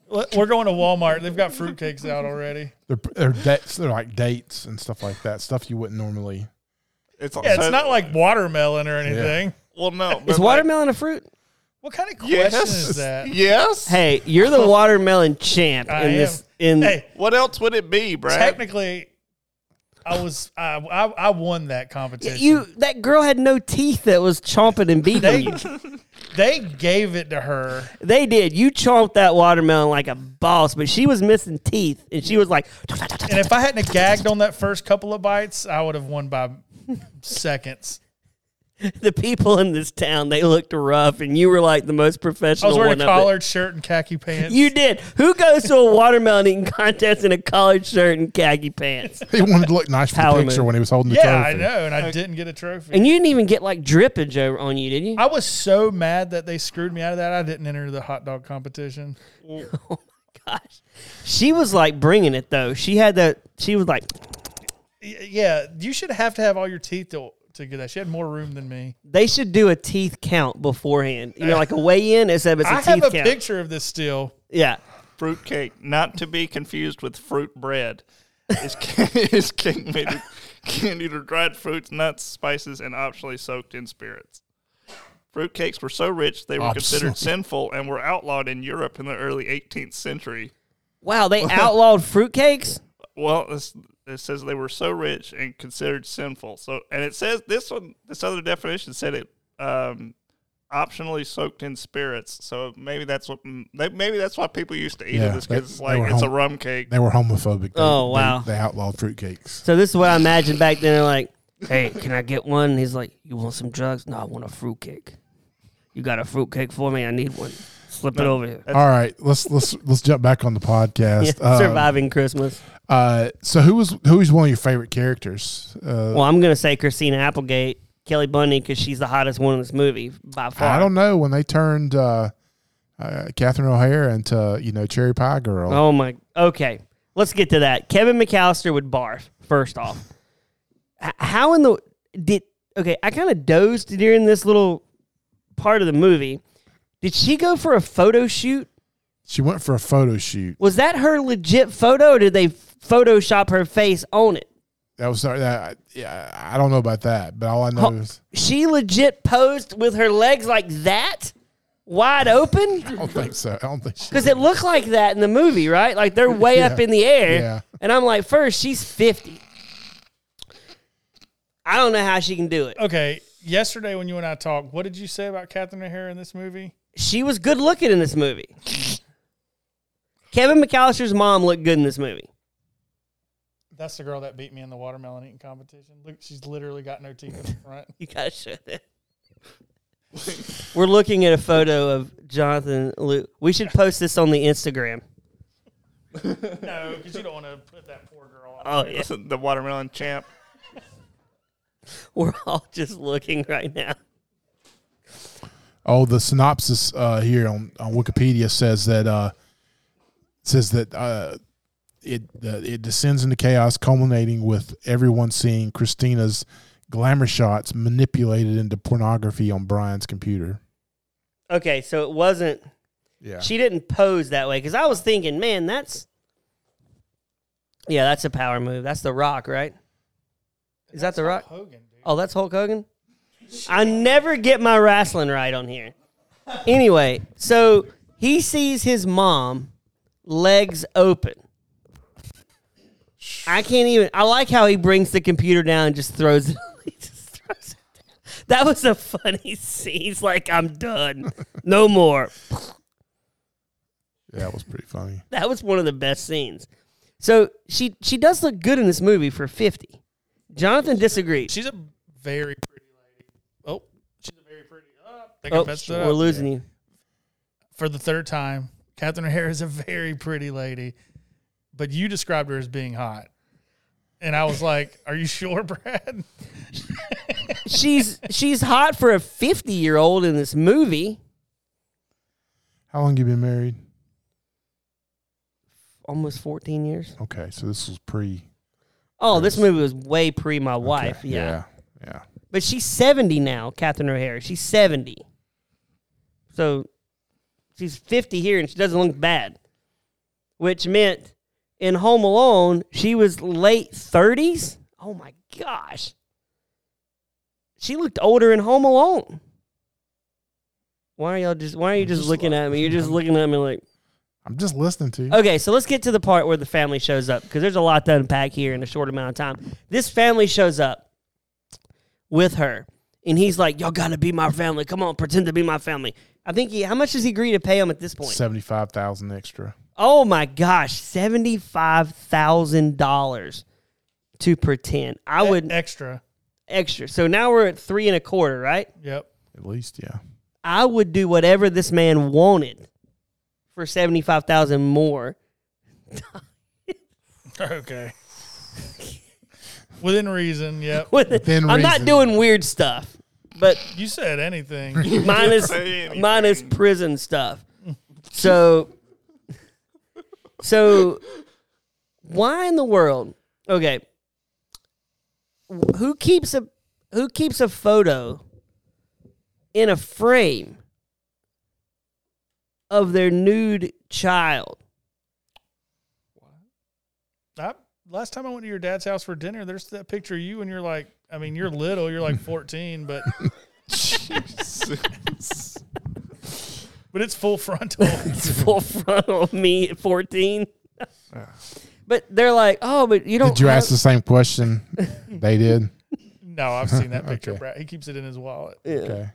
Look, We're going to Walmart. They've got fruitcakes out already.
They're they're, dates, they're like dates and stuff like that. Stuff you wouldn't normally.
It's,
Yeah, it's
so-
not like watermelon or anything.
well, no.
Is
but like-
watermelon a fruit?
What kind of question
Yes.
is that?
Yes.
Hey, you're the watermelon champ in
I am.
this. In
Hey,
What else would it be, Brad?
technically, I was I, I I won that competition.
you, that girl had no teeth that was chomping and beating
They-
you.
they gave it to her.
They did. You chomped that watermelon like a boss, but she was missing teeth, and she was like,
And if I hadn't have gagged on that first couple of bites, I would have won by seconds.
"The people in this town, they looked rough," and you were like the most
I
professional.
was wearing
one
a
of it.
collared shirt and khaki pants.
You did. Who goes to a watermelon eating contest in a collared shirt and khaki pants?
He wanted to look nice for
Power
the picture
move.
when he was holding the
yeah, I
trophy.
know, and I didn't get a trophy.
And you didn't even get like drippage over on you, did you?
I was so mad that they screwed me out of that. I didn't enter the hot dog competition.
Gosh, she was like bringing it though. She had that. She was like,
Y- Yeah, you should have to have all your teeth to to get that. She had more room than me.
They should do a teeth count beforehand. You know, like a weigh in instead of it's a
I
teeth
have a
count.
picture of this still.
Yeah.
Fruit cake, not to be confused with fruit bread. It's, ca- it's cake made with candied or dried fruits, nuts, spices, and optionally soaked in spirits. Fruit cakes were so rich they were considered
Optionally.
sinful and were outlawed in Europe in the early 18th century.
Wow, they outlawed fruitcakes.
Well, this, it says they were so rich and considered sinful. So, and it says this one, this other definition said it um, optionally soaked in spirits. So maybe that's what mm, they- maybe that's why people used to eat
Yeah,
it. It's
they-
'cause it's
they
like
were
it's a
home-
rum cake.
They were homophobic. They,
Oh, wow.
They, they outlawed fruitcakes.
So this is what I imagine back then. They're like, "Hey, can I get one?" And he's like, "You want some drugs? No, I want a fruitcake. You got a fruitcake for me? I need one. Slip it over here."
All right, let's let's let's jump back on the podcast.
uh,
Um,
Yeah, surviving Christmas.
Uh, uh, so who was who is one of your favorite characters? Uh,
Well, I'm gonna say Christina Applegate Kelly Bundy because she's the hottest one in this movie by far.
I don't know when they turned uh, uh, Catherine O'Hara into you know Cherry Pie Girl.
Oh my. Okay, let's get to that. Kevin McAllister would barf. First off, H- how in the did? Okay, I kind of dozed during this little part of the movie. Did she go for a photo shoot?
She went for a photo shoot.
Was that her legit photo? Or did they Photoshop her face on it?
That was that. I- Yeah, I don't know about that, but all I
Oh.
know is
She legit posed with her legs like that, wide open.
I don't think so. I don't think she.
Because it looked like that in the movie, right? Like they're way
Yeah.
up in the air.
Yeah.
And I'm like, first, she's 50. I don't know how she can do it.
Okay, yesterday when you and I talked, what did you say about Catherine O'Hara in this movie?
She was good looking in this movie. Kevin McAllister's mom looked good in this movie.
That's the girl that beat me in the watermelon eating competition. Look, she's literally got no teeth in the front.
You gotta shut that. We're looking at a photo of Jonathan Luke. We should post this on the Instagram.
no, because you don't want to put that poor girl.
Oh yeah.
the watermelon champ.
We're all just looking right now.
Oh, the synopsis uh, here on, on Wikipedia says that uh, says that uh, it uh, it descends into chaos, culminating with everyone seeing Christina's glamour shots manipulated into pornography on Brian's computer.
Okay, so it wasn't
Yeah,
She didn't pose that way because I was thinking, man, that's yeah, that's a power move. That's The Rock, right? Is that The Rock?
Hogan, dude.
Oh, that's Hulk Hogan. I never get my wrestling right on here. Anyway, so he sees his mom legs open. I can't even. I like how he brings the computer down and just throws it. he just throws it down. That was a funny scene. He's like, "I'm done, no more."
yeah, that was pretty funny.
That was one of the best scenes. So she she does look good in this movie for fifty. Jonathan disagrees.
She's a very pretty lady. Oh, she's a very pretty. Oh, I think I
Oh,
messed it
we're
up.
losing you.
For the third time, Catherine O'Hara is a very pretty lady, but you described her as being hot. And I was like, "Are you sure, Brad?"
She's she's hot for a fifty year old in this movie.
How long you been married?
Almost fourteen years.
Okay, so this was pre.
Oh, this movie was way pre my wife.
Okay, yeah,
yeah.
yeah.
but she's seventy now. Catherine O'Hara. She's seventy. So she's fifty here, and she doesn't look bad. Which meant in Home Alone, she was late thirties. Oh my gosh. She looked older in Home Alone. Why are y'all just why are you just,
just
looking
like-
at me? You're just looking at me like
I'm just listening to you.
Okay, so let's get to the part where the family shows up because there's a lot to unpack here in a short amount of time. This family shows up with her, and he's like, "Y'all gotta be my family. Come on, pretend to be my family." I think he. How much does he agree to pay him at this point?
Seventy five thousand extra.
Oh my gosh, seventy five thousand dollars to pretend. I
Eh,
would
extra.
extra. So now we're at three and a quarter, right?
Yep.
At least, yeah.
I would do whatever this man wanted for seventy five thousand more.
Okay. Within reason. Yep.
Within
I'm not
reason.
doing weird stuff, but
You said anything.
mine is
say anything.
mine is prison stuff. So, so why in the world? Okay, wh- who keeps a who keeps a photo in a frame of their nude child?
I, last time I went to your dad's house for dinner, there's that picture of you, and you're like, I mean, you're little, you're like 14, but but it's full frontal.
It's full frontal of me at fourteen. But they're like, oh, but you don't.
Did you
have-
ask the same question they did?
no, I've seen that picture,
Okay.
Brad. He keeps it in his wallet.
Okay.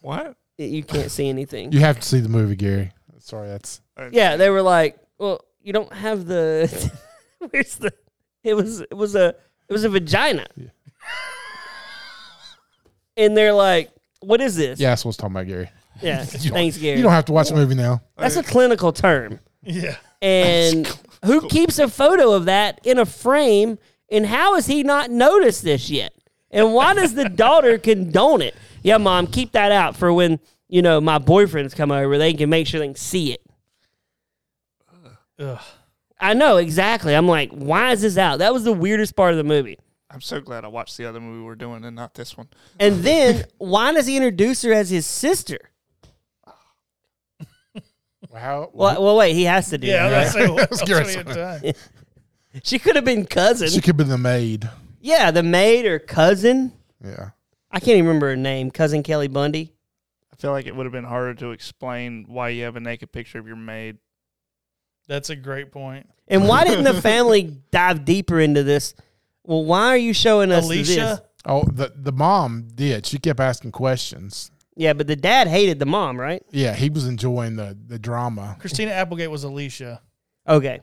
What?
You can't see anything.
You have to see the movie, Gary. Sorry, that's
Yeah, they were like, "Well, you don't have the where's the it was it was a it was a vagina." and they're like, "What is this?"
yeah, that's what I was talking about, Gary.
yeah. Thanks, Gary.
You don't have to watch the movie now.
That's a clinical term.
Yeah.
And who keeps a photo of that in a frame? And how has he not noticed this yet? And why does the daughter condone it? Yeah, mom, keep that out for when, you know, my boyfriends come over. They can make sure they can see it.
Ugh.
I know, exactly. I'm like, why is this out? That was the weirdest part of the movie.
I'm so glad I watched the other movie we're doing and not this one.
And then why does he introduce her as his sister?
Wow.
Well, well wait, he has to do
Yeah,
that.
that's say what
Let's
else
give
would
her
he have done?
She could have been
She
cousin.
could be the maid.
Yeah, the maid or cousin.
Yeah.
I can't even remember her name. Cousin Kelly Bundy.
I feel like it would have been harder to explain why you have a naked picture of your maid.
That's a great point.
And why didn't the family dive deeper into this? Well, why are you showing us this?
Alicia,
Oh, the the mom did. She kept asking questions.
Yeah, but the dad hated the mom, right?
Yeah, he was enjoying the the drama.
Christina Applegate was Alicia.
Okay.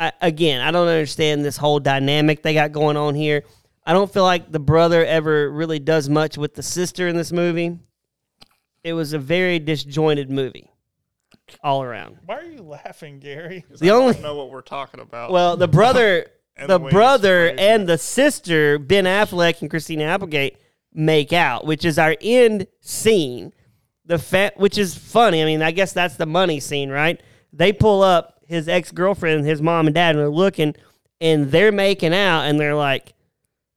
I, again, I don't understand this whole dynamic they got going on here. I don't feel like the brother ever really does much with the sister in this movie. It was a very disjointed movie all around.
Why are you laughing, Gary?
The only
I don't know what we're talking about.
well, the brother,
And
the
the way it's
brother
played.
and the sister, Ben Affleck and Christina Applegate make out, which is our end scene. The fa- which is funny. I mean, I guess that's the money scene, right? They pull up his ex girlfriend, his mom and dad, and they're looking, and they're making out, and they're like,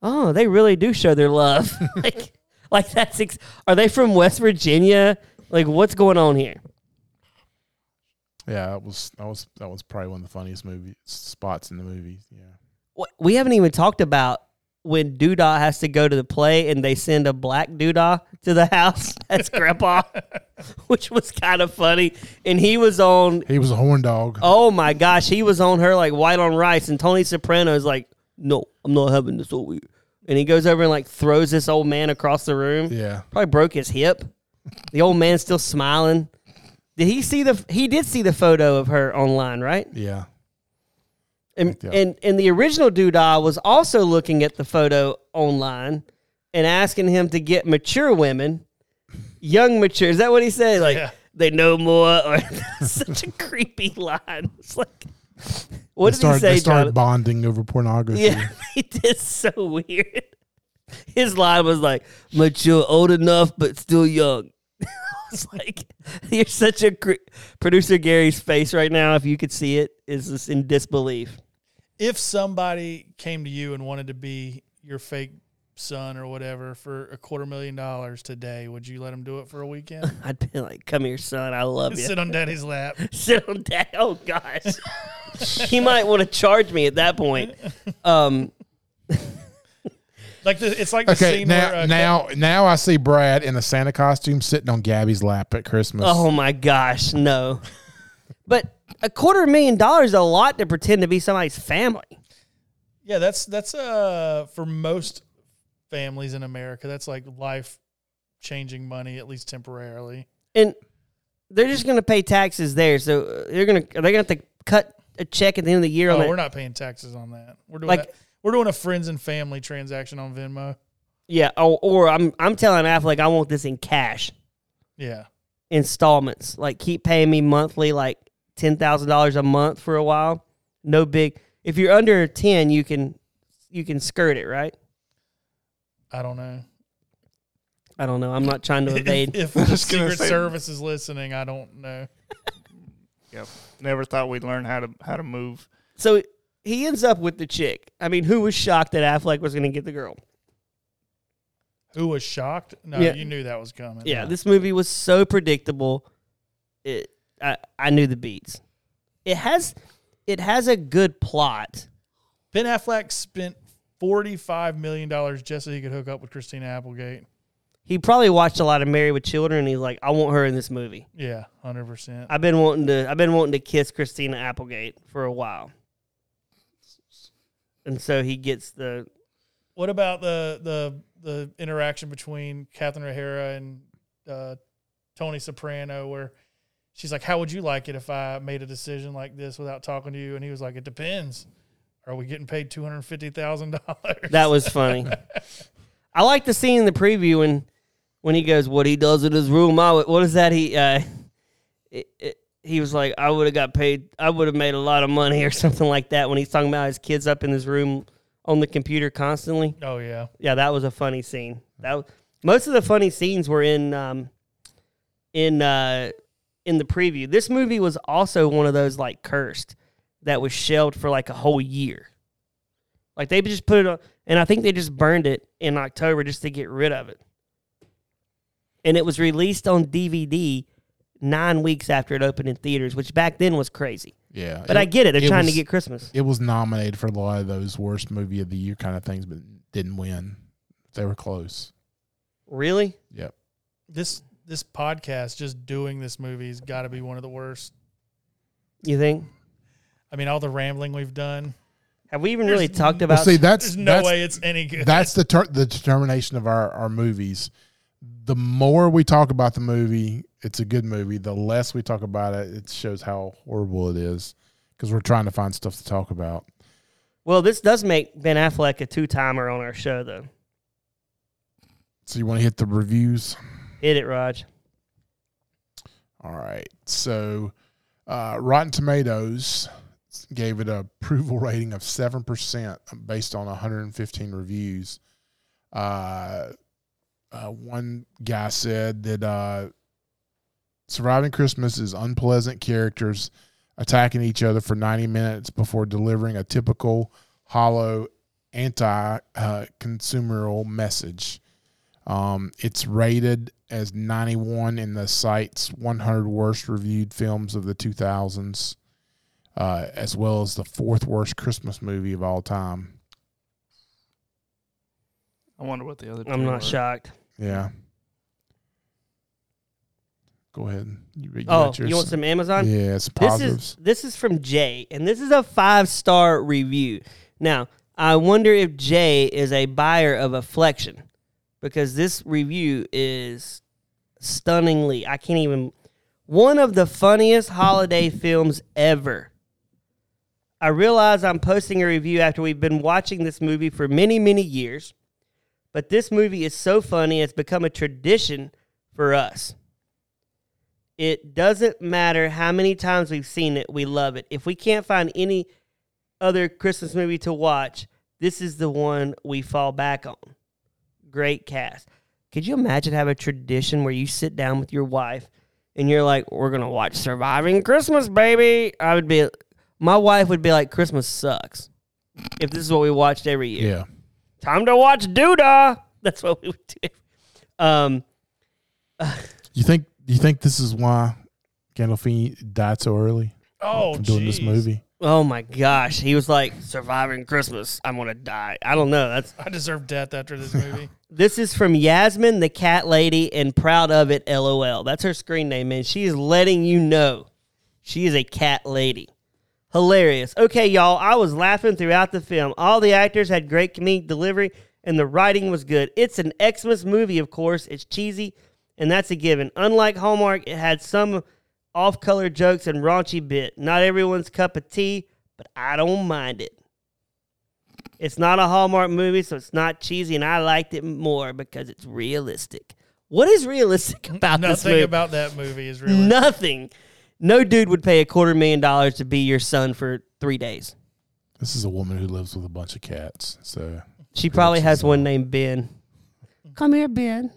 "Oh, they really do show their love." like, like that's ex- are they from West Virginia? Like, what's going on here?
Yeah, that was that was that was probably one of the funniest movie spots in the movie. Yeah.
Wh- we haven't even talked about when Doodah has to go to the play and they send a black Doodah to the house as grandpa, which was kind of funny. And he was on,
He was a horn dog.
oh my gosh, he was on her like white on rice. And Tony Soprano's like, no, I'm not having this over here. And he goes over and like throws this old man across the room.
Yeah.
Probably broke his hip. The old man's still smiling. Did he see the? He did see the photo of her online, right?
Yeah.
And,
Yeah.
and and the original Doodah was also looking at the photo online and asking him to get mature women, young mature. Is that what he said? Like
Yeah.
they know more, or such a creepy line. It's like,
they
what did
started,
he say?
they started
Jonathan?
bonding over pornography.
Yeah, it is so weird. His line was like, mature, old enough, but still young. I was like, you're such a. Cre-. Producer Gary's face right now, if you could see it, is just in disbelief.
If somebody came to you and wanted to be your fake son or whatever for a quarter million dollars today, would you let him do it for a weekend?
I'd be like, come here, son. I love you.
Sit on daddy's lap.
Sit on down. Oh, gosh. he might want to charge me at that point. Um,
Like the, it's like the
Okay,
scene
now
where uh,
now now I see Brad in a Santa costume sitting on Gabby's lap at Christmas.
oh, my gosh. No. But a quarter million dollars is a lot to pretend to be somebody's family.
Yeah, that's that's uh for most families in America, that's like life changing money at least temporarily.
And they're just going to pay taxes there. So uh, they're going to, are they going to have to cut a check at the end of the year
Oh,
on that?
we're not paying taxes on that. We're doing
Like-
that- we're doing a friends and family transaction on Venmo.
yeah. Or, or I'm, I'm telling Affleck, I want this in cash
Yeah.
installments. Like keep paying me monthly, like ten thousand dollars a month for a while. No big. If you're under ten, you can you can skirt it, right?
I don't know.
I don't know. I'm not trying to evade.
If, if
I
the
was gonna
Secret
say-
Service is listening, I don't know.
Yep. Never thought we'd learn how to how to move.
so he ends up with the chick. I mean, who was shocked that Affleck was going to get the girl?
Who was shocked? No,
Yeah.
you knew that was coming.
Yeah, this movie was so predictable. It, I, I knew the beats. It has, it has a good plot.
Ben Affleck spent forty five million dollars just so he could hook up with Christina Applegate.
He probably watched a lot of Married with Children, and he's like, I want her in this movie.
Yeah, hundred percent.
I've been wanting to I've been wanting to kiss Christina Applegate for a while. And so he gets the
What about the the the interaction between Catherine O'Hara and uh, Tony Soprano, where she's like, "How would you like it if I made a decision like this without talking to you?" And he was like, "It depends. Are we getting paid two hundred fifty thousand dollars?"
that was funny. I like the scene in the preview when when he goes, "What he does in his room." I would, what is that? He uh, it, it, he was like, "I would have got paid. I would have made a lot of money or something like that." When he's talking about his kids up in his room on the computer constantly.
Oh yeah,
Yeah, that was a funny scene. That w- most of the funny scenes were in um, in uh, in the preview. This movie was also one of those like cursed that was shelved for like a whole year. Like they just put it on, and I think they just burned it in October just to get rid of it. And it was released on DVD nine weeks after it opened in theaters, which back then was crazy.
Yeah,
But
it,
I get it; they're
it
trying
was-
to get Christmas.
it was nominated for a lot of those worst movie of the year kind of things, but didn't win. They were close.
Really?
Yep.
this this podcast just doing this movie's got to be one of the worst.
You think?
I mean, all the rambling we've done.
Have we even
There's
really talked
Well,
about?
see, that's
There's no
that's,
way it's any good.
that's the ter- the determination of our our movies. The more we talk about the movie, it's a good movie. The less we talk about it, it shows how horrible it is because we're trying to find stuff to talk about.
well, this does make Ben Affleck a two-timer on our show, though.
So you want to hit the reviews?
Hit it, Raj.
All right. So uh, Rotten Tomatoes gave it a approval rating of 7% based on 115 reviews. Uh, uh, one guy said that uh, Surviving Christmas is unpleasant characters attacking each other for 90 minutes before delivering a typical hollow anti uh, consumerial message. Um, it's rated as 91 in the site's 100 worst reviewed films of the 2000s, uh, as well as the fourth worst Christmas movie of all time.
I wonder what the other. two
I'm
were.
not shocked.
Yeah. Go ahead. You, you
Oh,
got yours.
you want some Amazon?
Yeah, it's
this
positives.
is this is from Jay, and this is a five-star review. Now, I wonder if Jay is a buyer of Afflection, because this review is stunningly. I can't even. One of the funniest holiday films ever. I realize I'm posting a review after we've been watching this movie for many, many years, but this movie is so funny, it's become a tradition for us. It doesn't matter how many times we've seen it, we love it. If we can't find any other Christmas movie to watch, this is the one we fall back on. Great cast. Could you imagine having a tradition where you sit down with your wife and you're like, "We're gonna watch Surviving Christmas, baby"? I would be, my wife would be like, "Christmas sucks." If this is what we watched every year,
yeah.
time to watch Doodah. That's what we would do. Um,
You think you think this is why Gandolfini died so early
oh,
from doing this
jeez.
movie?
Oh my gosh, he was like surviving Christmas. I'm gonna die. I don't know. That's
I deserve death after this movie.
this is from Yasmin, the cat lady, and proud of it. LOL. That's her screen name, and she is letting you know she is a cat lady. Hilarious. Okay, y'all, I was laughing throughout the film. All the actors had great comedic delivery, and the writing was good. It's an Xmas movie, of course. It's cheesy, and that's a given. Unlike Hallmark, it had some off color jokes and raunchy bit. Not everyone's cup of tea, but I don't mind it. It's not a Hallmark movie, so it's not cheesy, and I liked it more because it's realistic. What is realistic about this movie?
Nothing about that movie is really.
Nothing. No dude would pay a quarter million dollars to be your son for three days.
This is a woman who lives with a bunch of cats. So
She probably has one named Ben.
Come here, Ben.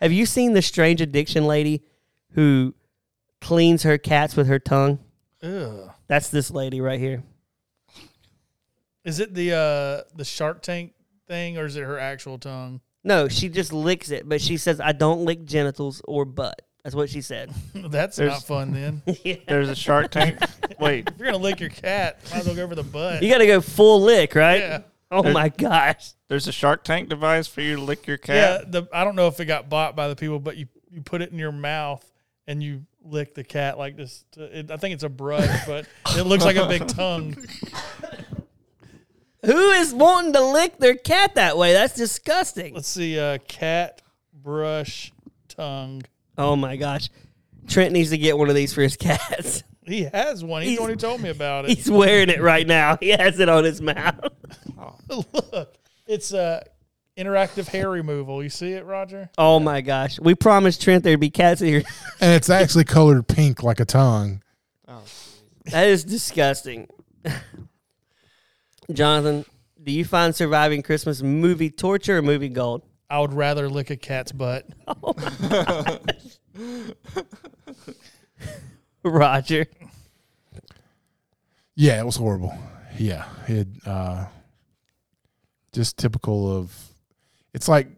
Have you seen the strange addiction lady who cleans her cats with her tongue?
Ugh.
That's this lady right here.
Is it the uh the Shark Tank thing or is it her actual tongue?
No, she just licks it, but she says, I don't lick genitals or butt. That's what she said.
That's
There's-
not fun. Then if
There's a Shark Tank. Wait,
you're gonna lick your cat, might as well go for the butt.
You got to go full lick, right?
Yeah.
Oh my gosh.
there's a Shark Tank device for you to lick your
Yeah,
cat.
the I don't know if it got bought by the people, but you you put it in your mouth and you lick the cat like this. to- it, I think it's a brush, but it looks like a big tongue.
Who is wanting to lick their cat that way? That's disgusting.
Let's see, uh, cat brush tongue.
Oh my gosh. Trent needs to get one of these for his cats.
He has one. He's, the one who told me about it.
He's wearing it right now. He has it on his mouth.
Look, it's uh, interactive hair removal. You see it, Roger?
Oh my gosh. We promised Trent there'd be cats here.
and it's actually colored pink like a tongue.
That is disgusting. Jonathan, Do you find surviving Christmas movie torture or movie gold?
I would rather lick a cat's butt.
Roger.
Yeah, it was horrible. Yeah, it uh, just typical of. It's like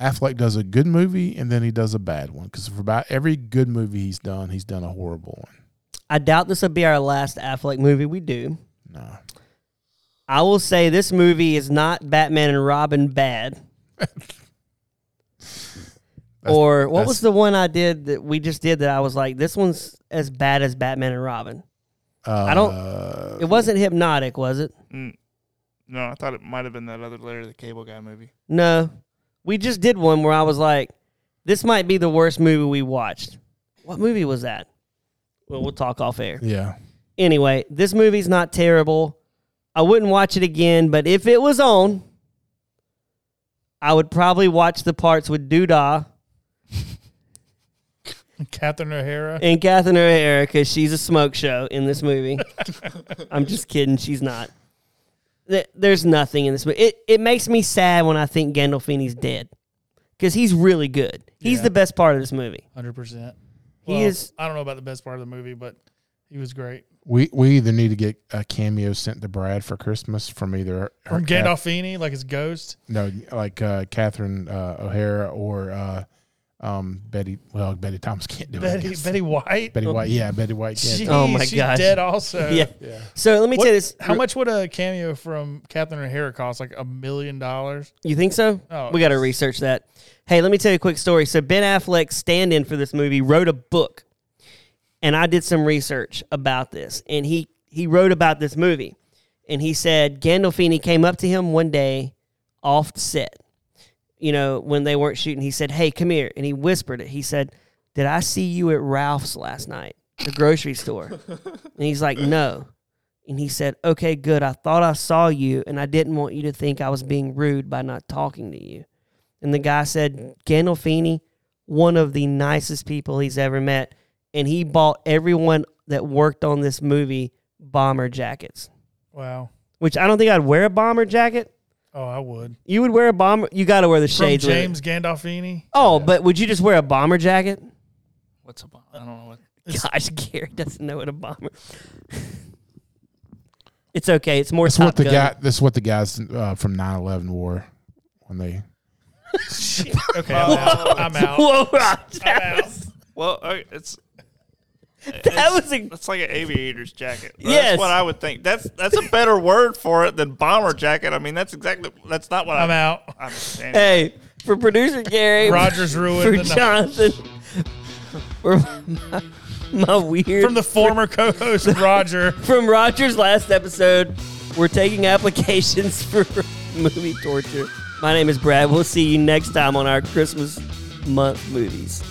Affleck does a good movie and then he does a bad one because for about every good movie he's done, he's done a horrible one.
I doubt this will be our last Affleck movie we do.
No,
I will say this movie is not Batman and Robin bad. or what
that's-
was the one I did that we just did that I was like, this one's as bad as Batman and Robin.
uh,
I don't- It wasn't hypnotic, was it?
Mm. No, I thought it might have been that other Larry the Cable Guy movie.
No. We just did one where I was like, this might be the worst movie we watched. What movie was that? Well, we'll talk off air.
Yeah,
Anyway, this movie's not terrible. I wouldn't watch it again, but if it was on, I would probably watch the parts with Doodah
Catherine O'Hara.
and Catherine O'Hara because she's a smoke show in this movie. I'm just kidding. She's not. Th- There's nothing in this movie. It, it makes me sad when I think Gandolfini's dead because he's really good. He's
Yeah.
the best part of this movie.
Hundred percent.
He is-
I don't know about the best part of the movie, but he was great.
we we either need to get a cameo sent to Brad for Christmas from either
From
or Kath-
Gandolfini, like his ghost.
no, like uh, Catherine uh, O'Hara or uh, um, Betty. Well, Betty Thomas can't do it. I
Betty
guess.
Betty White.
Betty White. Yeah, Betty White.
Jeez,
Can't.
Oh my
she's
gosh.
dead also.
yeah.
Yeah.
So let me
What-
tell you this.
How much would a cameo from Catherine O'Hara cost? Like a million dollars?
You think so?
Oh,
we got to
yes.
research that. Hey, let me tell you a quick story. So Ben Affleck's stand-in for this movie wrote a book, and I did some research about this. And he he wrote about this movie, and he said Gandolfini came up to him one day off set. You know when they weren't shooting, he said, "Hey, come here," and he whispered it. He said, "Did I see you at Ralph's last night, the grocery store?" and he's like, "No." And he said, Okay, good. I thought I saw you, and I didn't want you to think I was being rude by not talking to you. And the guy said, Gandolfini, one of the nicest people he's ever met. And he bought everyone that worked on this movie bomber jackets,
Wow.
which I don't think I'd wear a bomber jacket.
Oh, I would.
You would wear a bomber. You got to wear the
From
shades. with it.
James Gandolfini.
Oh, but would you just wear a bomber jacket?
What's a bomb? I don't know what.
Gosh, Gary doesn't know what a bomber. it's okay. It's more.
That's what
Top
the
Gun.
guy. That's what the guys uh, from 9-11 wore when they.
Okay, I'm out. I'm out.
Whoa, Rob,
I'm out.
Well, uh, it's
that was a
that's like an aviator's jacket. That's
Yes.
what I would think. That's that's a better word for it than bomber jacket. I mean, that's exactly that's not what
I'm
I,
out.
I'm saying.
hey for producer Gary
Rogers
for
ruined the night.
Jonathan for my, my weird
from the former co-host Roger.
from Rogers last episode. We're taking applications for movie torture. My name is Brad. We'll see you next time on our Christmas month movies.